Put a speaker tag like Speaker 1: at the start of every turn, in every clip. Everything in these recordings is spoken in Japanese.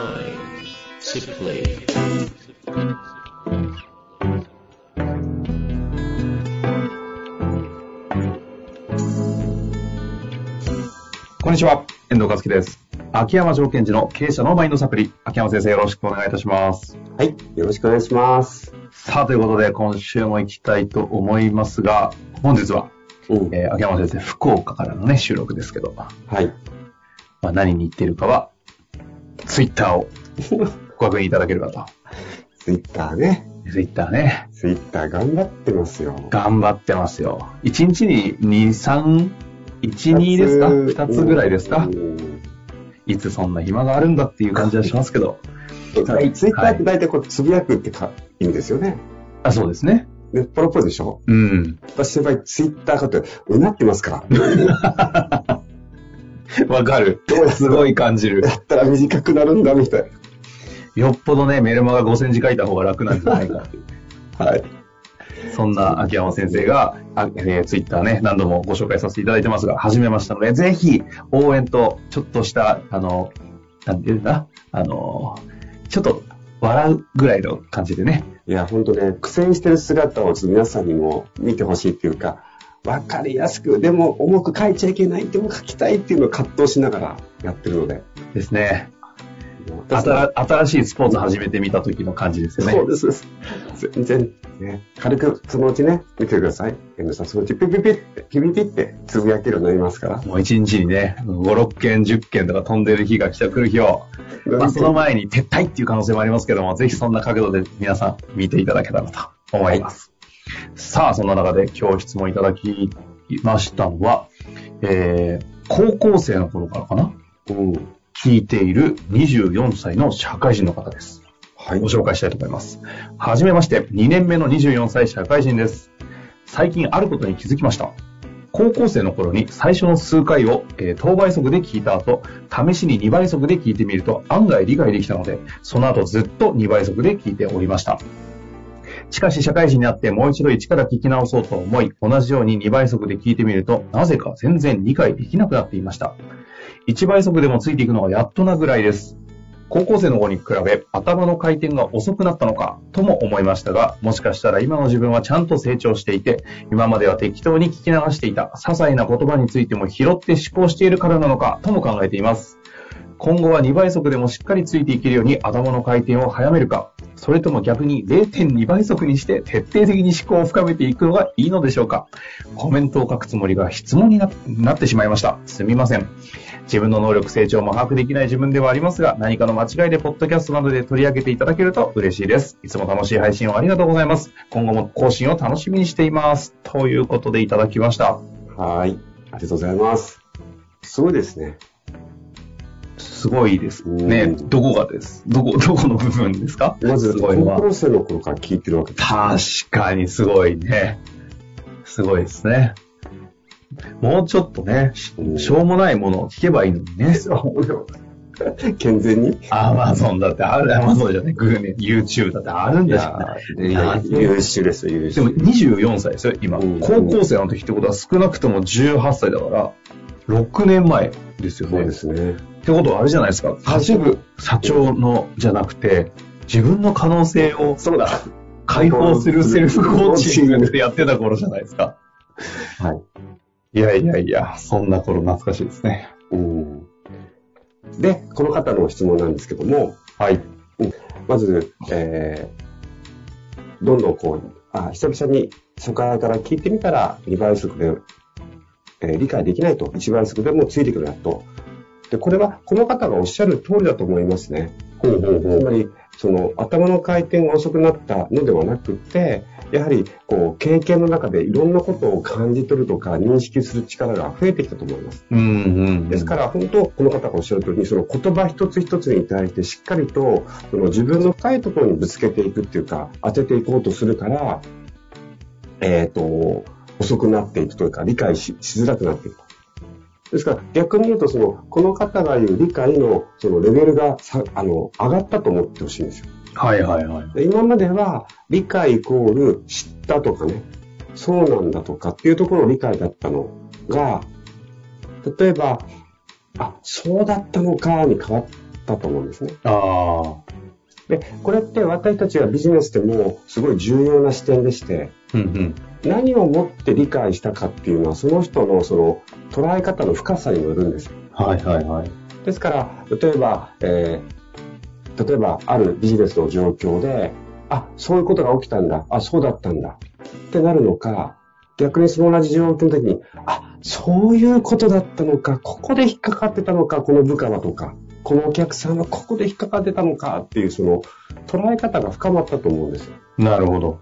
Speaker 1: Mind. Simply.
Speaker 2: こんにちは、遠藤和樹です。秋山条件時の経営者のマインドサプリ、秋山先生よろしくお願いいたします。
Speaker 3: はい、よろしくお願いします。
Speaker 2: さあ、ということで今週も行きたいと思いますが、本日は、
Speaker 3: うん、
Speaker 2: えー秋山先生、福岡からのね、収録ですけど、ま
Speaker 3: はい。
Speaker 2: あ、何に行っているかは、ツイッター をご確認いただければと。
Speaker 3: ツイッターね。
Speaker 2: ツイッターね、
Speaker 3: ツイッター頑張ってますよ。
Speaker 2: 頑張ってますよ。1日に2、3、1、2ですか ?2 つぐらいですか
Speaker 3: うん
Speaker 2: いつそんな暇があるんだっていう感じはしますけど。はい
Speaker 3: ツイッターって大体こう、つぶやくってか、意味ですよね。
Speaker 2: あ、そうですね。
Speaker 3: で、ポロポロでしょ
Speaker 2: うん。
Speaker 3: 私の場合、ツイッターかと、うなってますから。
Speaker 2: わかる
Speaker 3: どうや。
Speaker 2: すごい感じる。
Speaker 3: だったら短くなるんだ、みたい
Speaker 2: よっぽどね、メルマが5センチ書いた方が楽なんじゃないか。
Speaker 3: な。はい。
Speaker 2: そんな秋山先生が、あえツイッター Twitter ね、何度もご紹介させていただいてますが、始めましたので、ぜひ、応援と、ちょっとした、あの、なんていうんだ、あの、ちょっと、笑うぐらいの感じでね。
Speaker 3: いや、ほんとね、苦戦してる姿をちょっと皆さんにも見てほしいっていうか、わかりやすく、でも重く書いちゃいけない、でも書きたいっていうのを葛藤しながらやってるので。
Speaker 2: ですね。あ
Speaker 3: 私
Speaker 2: たら新しいスポーツ始めてみた時の感じですよね。
Speaker 3: そうです。全然、ね、軽くそのうちね、見てください。遠藤さん、そのうちピピピって、ピピピってつぶやけるようになりますから。
Speaker 2: もう一日にね、5、6件、10件とか飛んでる日が来た来る日を、まあ、その前に撤退っていう可能性もありますけども、ぜひそんな角度で皆さん見ていただけたらと思います。さあ、そんな中で今日質問いただきましたのは、えー、高校生の頃からかな
Speaker 3: うん。
Speaker 2: 聞いている24歳の社会人の方です。
Speaker 3: はい
Speaker 2: ご。紹介したいと思います。はじめまして、2年目の24歳社会人です。最近あることに気づきました。高校生の頃に最初の数回を、えー等倍速で聞いた後、試しに2倍速で聞いてみると案外理解できたので、その後ずっと2倍速で聞いておりました。しかし社会人になってもう一度一から聞き直そうと思い、同じように2倍速で聞いてみると、なぜか全然理解できなくなっていました。1倍速でもついていくのがやっとなぐらいです。高校生の頃に比べ頭の回転が遅くなったのかとも思いましたが、もしかしたら今の自分はちゃんと成長していて、今までは適当に聞き流していた些細な言葉についても拾って思考しているからなのかとも考えています。今後は2倍速でもしっかりついていけるように頭の回転を早めるか、それとも逆に0.2倍速にして徹底的に思考を深めていくのがいいのでしょうかコメントを書くつもりが質問にななってしまいました。すみません。自分の能力成長も把握できない自分ではありますが、何かの間違いでポッドキャストなどで取り上げていただけると嬉しいです。いつも楽しい配信をありがとうございます。今後も更新を楽しみにしています。ということでいただきました。
Speaker 3: はい。ありがとうございます。すごいですね。
Speaker 2: すごいですね。
Speaker 3: うん
Speaker 2: どこがですどこ、 どこの部分ですか
Speaker 3: まず、
Speaker 2: す
Speaker 3: 高
Speaker 2: ごいのは
Speaker 3: 校生の頃から聞いてるわけです。
Speaker 2: 確かにすごいね。すごいですね。もうちょっとね、し
Speaker 3: うん
Speaker 2: しょうもないものを聞けばいいのにね。
Speaker 3: 健全に。
Speaker 2: アマゾンだってある、アマゾンじゃない、グーね、YouTube だってあるん
Speaker 3: い
Speaker 2: ですよね。
Speaker 3: いや優秀ですよ、優
Speaker 2: で
Speaker 3: 秀。
Speaker 2: も24歳ですよ、今。
Speaker 3: うん
Speaker 2: 高校生の時ってことは少なくとも18歳だから、6年前ですよ
Speaker 3: そう
Speaker 2: ね。
Speaker 3: で
Speaker 2: っ
Speaker 3: すね。
Speaker 2: てことはあれじゃないですか、社
Speaker 3: 一部。
Speaker 2: 社長のじゃなくて、自分の可能性を
Speaker 3: そうだ。
Speaker 2: 解放するセルフコーチングでやってた頃じゃないですか。
Speaker 3: はい。
Speaker 2: いやいやいや、そんな頃懐かしいですね。
Speaker 3: うん。で、この方の質問なんですけども、
Speaker 2: はい。
Speaker 3: まず、えー、どんどんこう、あ、久々に初回から聞いてみたら、2倍速で、えー理解できないと、1倍速でもついてくるなと。で、これは、この方がおっしゃる通りだと思いますね。
Speaker 2: ほうほうほ
Speaker 3: つまり、その、頭の回転が遅くなったのではなくて、やはり、こう、経験の中でいろんなことを感じ取るとか、認識する力が増えてきたと思います。
Speaker 2: う。うんうん。
Speaker 3: ですから、本当、この方がおっしゃる通り、その言葉一つ一つに対してしっかりと、その自分の深いところにぶつけていくっていうか、当てていこうとするから、えっ、と、遅くなっていくというか、理解ししづらくなっていく。ですから、逆に言うと、その、この方が言う理解の、そのレベルがさ、あの、上がったと思ってほしいんですよ。
Speaker 2: はいはいはい。
Speaker 3: で今までは理解イコール知ったとかね、そうなんだとかっていうところの理解だったのが、例えば、あ、そうだったのかに変わっったと思うんですね。
Speaker 2: ああ。
Speaker 3: で、これって私たちがビジネスでもすごい重要な視点でして、
Speaker 2: うんうん。
Speaker 3: 何をもって理解したかっていうのは、その人のその捉え方の深さによるんです。
Speaker 2: はいはいはい。
Speaker 3: ですから、例えば、えー例えばあるビジネスの状況で、あ、そういうことが起きたんだ、あ、そうだったんだってなるのか、逆にその同じ状況の時に、あ、そういうことだったのか、ここで引っかかってたのか、この部下はとか、このお客さんはここで引っかかってたのかっていう、その捉え方が深まったと思うんですよ。
Speaker 2: なるほど。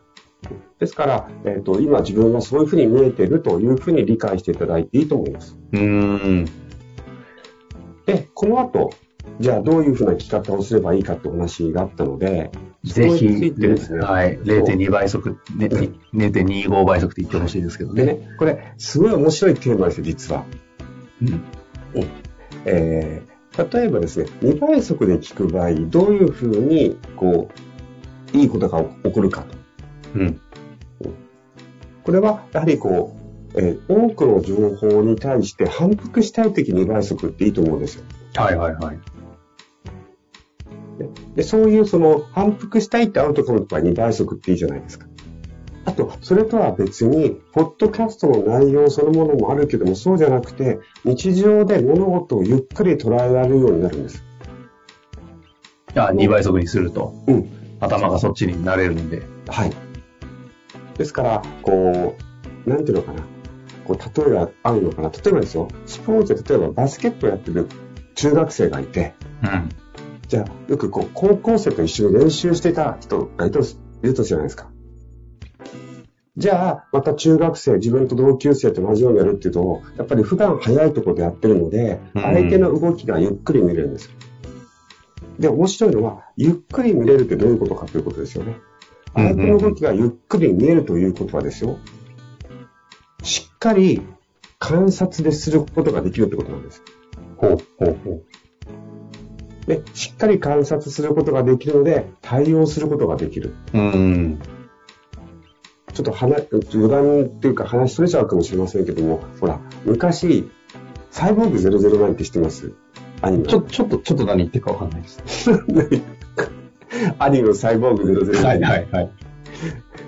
Speaker 3: ですから、えっ、と、今自分がそういうふうに見えてるというふうに理解していただいていいと思います。
Speaker 2: うーん。
Speaker 3: で、この後、じゃあどういうふうな聞き方をすればいいかってお話があったので、
Speaker 2: ぜ
Speaker 3: そこに
Speaker 2: ひ、
Speaker 3: ついてですね
Speaker 2: はい、0.2倍速、ね、0.25倍速って言ってほしいですけど
Speaker 3: で
Speaker 2: ね。
Speaker 3: ね、これ、すごい面白いテーマですよ、実は。
Speaker 2: うん
Speaker 3: えー例えばですね、2倍速で聞く場合、どういうふうに、こう、いいことが起こるかと。
Speaker 2: うん。
Speaker 3: これは、やはりこう、えー多くの情報に対して反復したいとき2倍速っていいと思うんですよ。
Speaker 2: はいはいはい。
Speaker 3: で、そういうその反復したいってアウトカムとか2倍速っていいじゃないですか。あと、それとは別に、ポッドキャストの内容そのものもあるけども、そうじゃなくて、日常で物事をゆっくり捉えられるようになるんです。
Speaker 2: あ、2倍速にすると、
Speaker 3: うん。
Speaker 2: 頭がそっちになれるんで。
Speaker 3: はい。ですから、こう、なんていうのかな。こう、例えば合うのかな。例えばですよ、スポーツで例えばバスケットやってる中学生がいて、
Speaker 2: うん。
Speaker 3: じゃあ、よくこう、高校生と一緒に練習してた人がいるとすいるとするじゃないですか。じゃあ、また中学生、自分と同級生と同じようにやるっていうと、やっぱり普段早いところでやってるので、
Speaker 2: うん
Speaker 3: 相手の動きがゆっくり見れるんですよ。で、面白いのは、ゆっくり見れるってどういうことかということですよね。
Speaker 2: うんうんう
Speaker 3: 相
Speaker 2: ん
Speaker 3: 手の動きがゆっくり見えるということはですよ、しっかり観察ですることができるってことなんです。
Speaker 2: ほうほうほ
Speaker 3: で、しっかり観察することができるので、対応することができる。
Speaker 2: う。うん。
Speaker 3: ちょっと話、余談っていうか話取れちゃうかもしれませんけども、ほら、昔、サイボーグ009って知ってますアニメ。
Speaker 2: ちょ、ちょっと、ちょっと何言ってるかわかんないです。
Speaker 3: アニメのサイボーグ009。
Speaker 2: はいはいはい。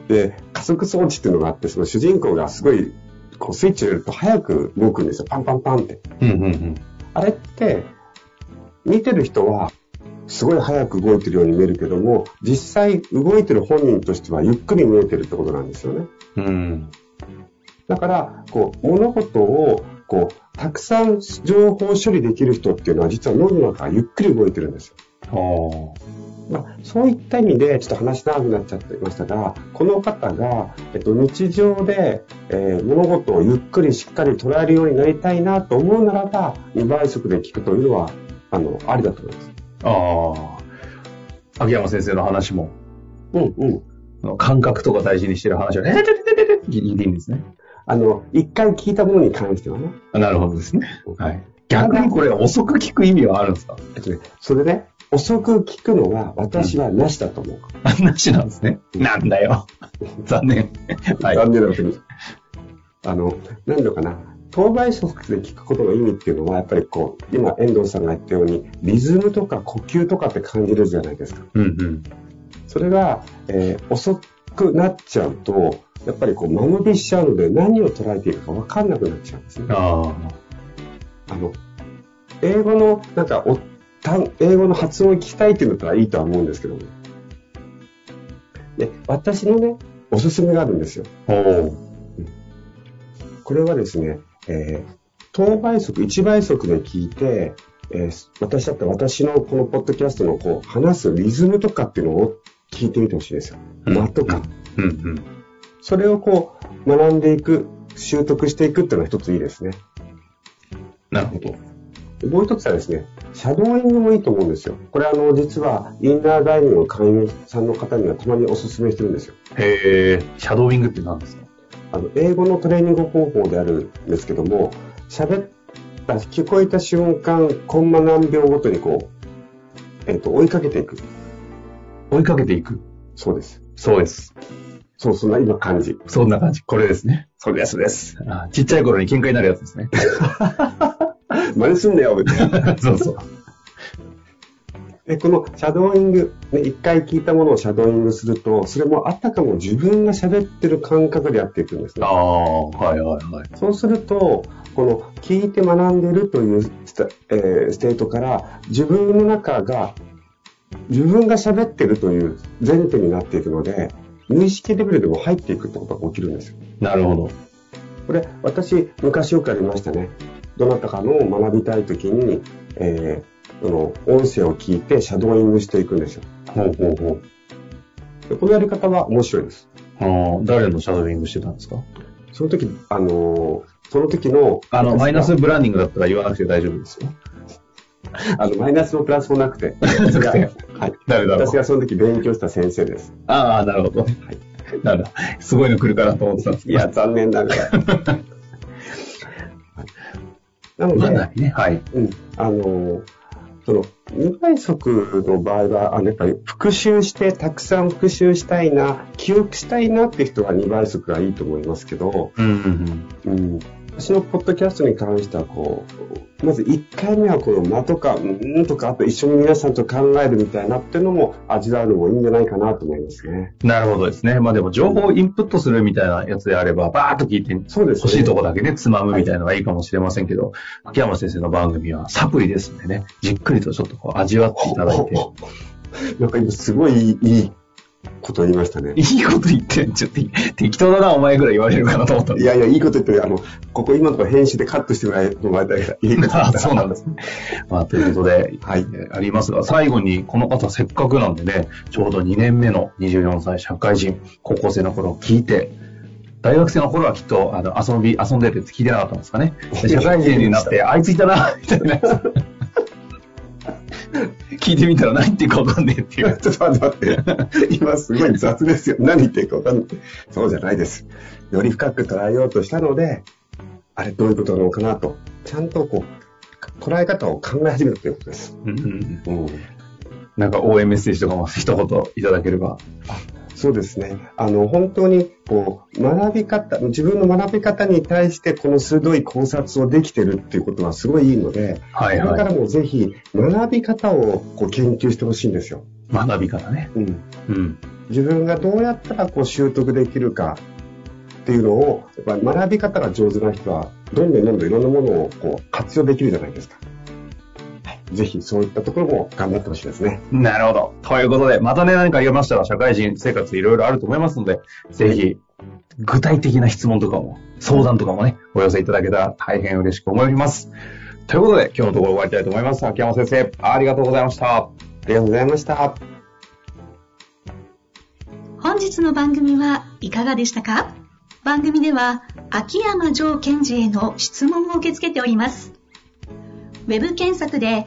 Speaker 3: で、加速装置っていうのがあって、その主人公がすごい、こうスイッチを入れると早く動くんですよ。パンパンパンって。
Speaker 2: うんうんうん。
Speaker 3: あれって、見てる人は、すごい早く動いてるように見えるけども、実際動いてる本人としてはゆっくり見えてるってことなんですよね。
Speaker 2: うん。
Speaker 3: だから、こう、物事を、こう、たくさん情報処理できる人っていうのは、実は脳の中がゆっくり動いてるんですよ。
Speaker 2: ほ
Speaker 3: まあ、そういった意味で、ちょっと話長くなっちゃってましたが、この方が、えっと、日常で、えー物事をゆっくりしっかり捉えるようになりたいなと思うならば、2倍速で聞くというのは、あの、ありだと思います。
Speaker 2: う。ああ。秋山先生の話も、
Speaker 3: うんうん。
Speaker 2: あの感覚とか大事にしてる話は、えてててててて聞いていいんですね。
Speaker 3: あの、一回聞いたものに関してはね。
Speaker 2: あなるほどですね。はい。逆にこれ遅く聞く意味はあるんですか
Speaker 3: えっとね、それね、遅く聞くのは私はなしだと思う。
Speaker 2: 話なんですね。なんだよ。残念。はい。
Speaker 3: 残念なことに。あの、何度かな。当倍速で聞くことの意味っていうのは、やっぱりこう、今遠藤さんが言ったように、リズムとか呼吸とかって感じるじゃないですか。
Speaker 2: うんうん。
Speaker 3: それが、えー遅くなっちゃうと、やっぱりこう、間延びしちゃうので、何を捉えているか分かんなくなっちゃうんですね。
Speaker 2: あ
Speaker 3: あの、英語の、なんかお、単英語の発音を聞きたいっていうんだったらいいとは思うんですけどね。で、私のね、おすすめがあるんですよ。
Speaker 2: あ。お
Speaker 3: これはですね、えー、等倍速、1倍速で聞いて、えー私だったら私のこのポッドキャストのこう話すリズムとかっていうのを聞いてみてほしいですよ。
Speaker 2: うん
Speaker 3: 間とか。
Speaker 2: うんうん。
Speaker 3: それをこう学んでいく、習得していくっていうのは一ついいですね。
Speaker 2: なるほど。
Speaker 3: もう一つはですね、シャドーイングもいいと思うんですよ。これあの、実はインナーダイニングの会員さんの方にはたまにお勧めしてるんですよ。
Speaker 2: へえ。シャドーイングって何ですか
Speaker 3: あの英語のトレーニング方法であるんですけども、喋った、聞こえた瞬間、コンマ何秒ごとにこう、えっ、と、追いかけていく。
Speaker 2: 追いかけていく。
Speaker 3: そうです。
Speaker 2: そうです。
Speaker 3: そう、そんな今感じ。
Speaker 2: そんな感じ。これですね。そうです、です。あちっちゃい頃に喧嘩になるや つですね。
Speaker 3: 真似すんなよ、みたいな。
Speaker 2: そうそう。
Speaker 3: で、このシャドーイング、ね、一回聞いたものをシャドーイングすると、それもあたかも自分が喋ってる感覚でやっていくんですね
Speaker 2: あ。あ、はいはいはい。
Speaker 3: そうすると、この聞いて学んでるというスタ,、えーステートから、自分の中が、自分が喋ってるという前提になっていくので、無意識レベルでも入っていくってことが起きるんですよ。
Speaker 2: なるほど。
Speaker 3: これ、私、昔よくありましたね。どなたかの学びたいときに、えー、その、音声を聞いて、シャドーイングしていくんですよ。
Speaker 2: ほうほうほう。
Speaker 3: でこのやり方は面白いです。
Speaker 2: あの誰のシャドウイングしてたんですか
Speaker 3: その時、あのーその時の、
Speaker 2: あの、マイナスブランディングだったら言わなくて大丈夫ですよ。
Speaker 3: あの、マイナスもプラスも なくて、それがはい。
Speaker 2: 誰だろう
Speaker 3: 私がその時勉強した先生です。
Speaker 2: ああ、なるほど。なんだ、すごいの来るかなと思ってたんです
Speaker 3: い
Speaker 2: けど。
Speaker 3: や、残念ながら。はいなの
Speaker 2: ま
Speaker 3: で
Speaker 2: だ、ね、はい。
Speaker 3: うん、あの、その、2倍速の場合は、あのやっぱり復習して、たくさん復習したいな、記憶したいなって人は2倍速がいいと思いますけど、
Speaker 2: うんうん
Speaker 3: うん、私のポッドキャストに関しては、こう、まず1回目はこの間とか、うーんとか、あと一緒に皆さんと考えるみたいなっていうのも味わうのもいいんじゃないかなと思いますね。
Speaker 2: うん。なるほどですね。まあでも、情報をインプットするみたいなやつであれば、バーッと聞いて、
Speaker 3: そうですね
Speaker 2: 欲しいとこだけね、つまむみたいなのがいいかもしれませんけど、秋山先生の番組はサプリですんでね、じっくりとちょっとこう味わっていただいて。
Speaker 3: なんか今すごいいいいいこと言いましたね。
Speaker 2: いいこと言ってん、ちょっと適当だな、お前ぐ らい言われるかなと思ったん
Speaker 3: い
Speaker 2: で。
Speaker 3: やいや、いいこと言ってる。あの、ここ今のところ編集でカットしてもらえもらいたいから、い いこと言
Speaker 2: あ
Speaker 3: っ
Speaker 2: あそうなんです。まあ、ということで、
Speaker 3: はい
Speaker 2: えーありますが、最後に、この方せっかくなんでね、ちょうど2年目の24歳社会人、高校生の頃を聞いて、大学生の頃はきっと、あの、遊び、遊んでて聞いてなかったんですか ね。で社会人にな って、あいついたな、みたいな やつ。聞いてみたら何言っていいかわかんねえってい
Speaker 3: た。
Speaker 2: う。
Speaker 3: ちょっと待 って待って。今すごい雑ですよ。何言ってるか分かんない。そうじゃないです。より深く捉えようとしたので、あれどういうことなのかなと。ちゃんとこう、捉え方を考え始めたということです。
Speaker 2: うんうん
Speaker 3: うん。
Speaker 2: なんか応援メッセージとかも一言いただければ。
Speaker 3: そうですね。あの、本当に、こう、学び方、自分の学び方に対して、この鋭い考察をできてるっていうことはすごいいいので、
Speaker 2: はい
Speaker 3: これか
Speaker 2: は
Speaker 3: ら
Speaker 2: い。
Speaker 3: もぜひ、学び方をこう研究してほしいんですよ。
Speaker 2: 学び方ね。
Speaker 3: うん。
Speaker 2: うん。
Speaker 3: 自分がどうやったらこう習得できるかっていうのを、やっぱ学び方が上手な人は、どんどんどんどんいろんなものをこう活用できるじゃないですか。はいぜひそういったところも頑張ってほしいですね。
Speaker 2: なるほど。ということで、またね、何か言いましたら、社会人生活いろいろあると思いますので、ぜひ、具体的な質問とかも、相談とかもね、お寄せいただけたら大変嬉しく思います。ということで、今日のところ終わりたいと思います。秋山先生、ありがとうございました。
Speaker 3: ありがとうございました。
Speaker 4: 本日の番組はいかがでしたか番組では秋山城賢治への質問を受け付けております。ウェブ検索で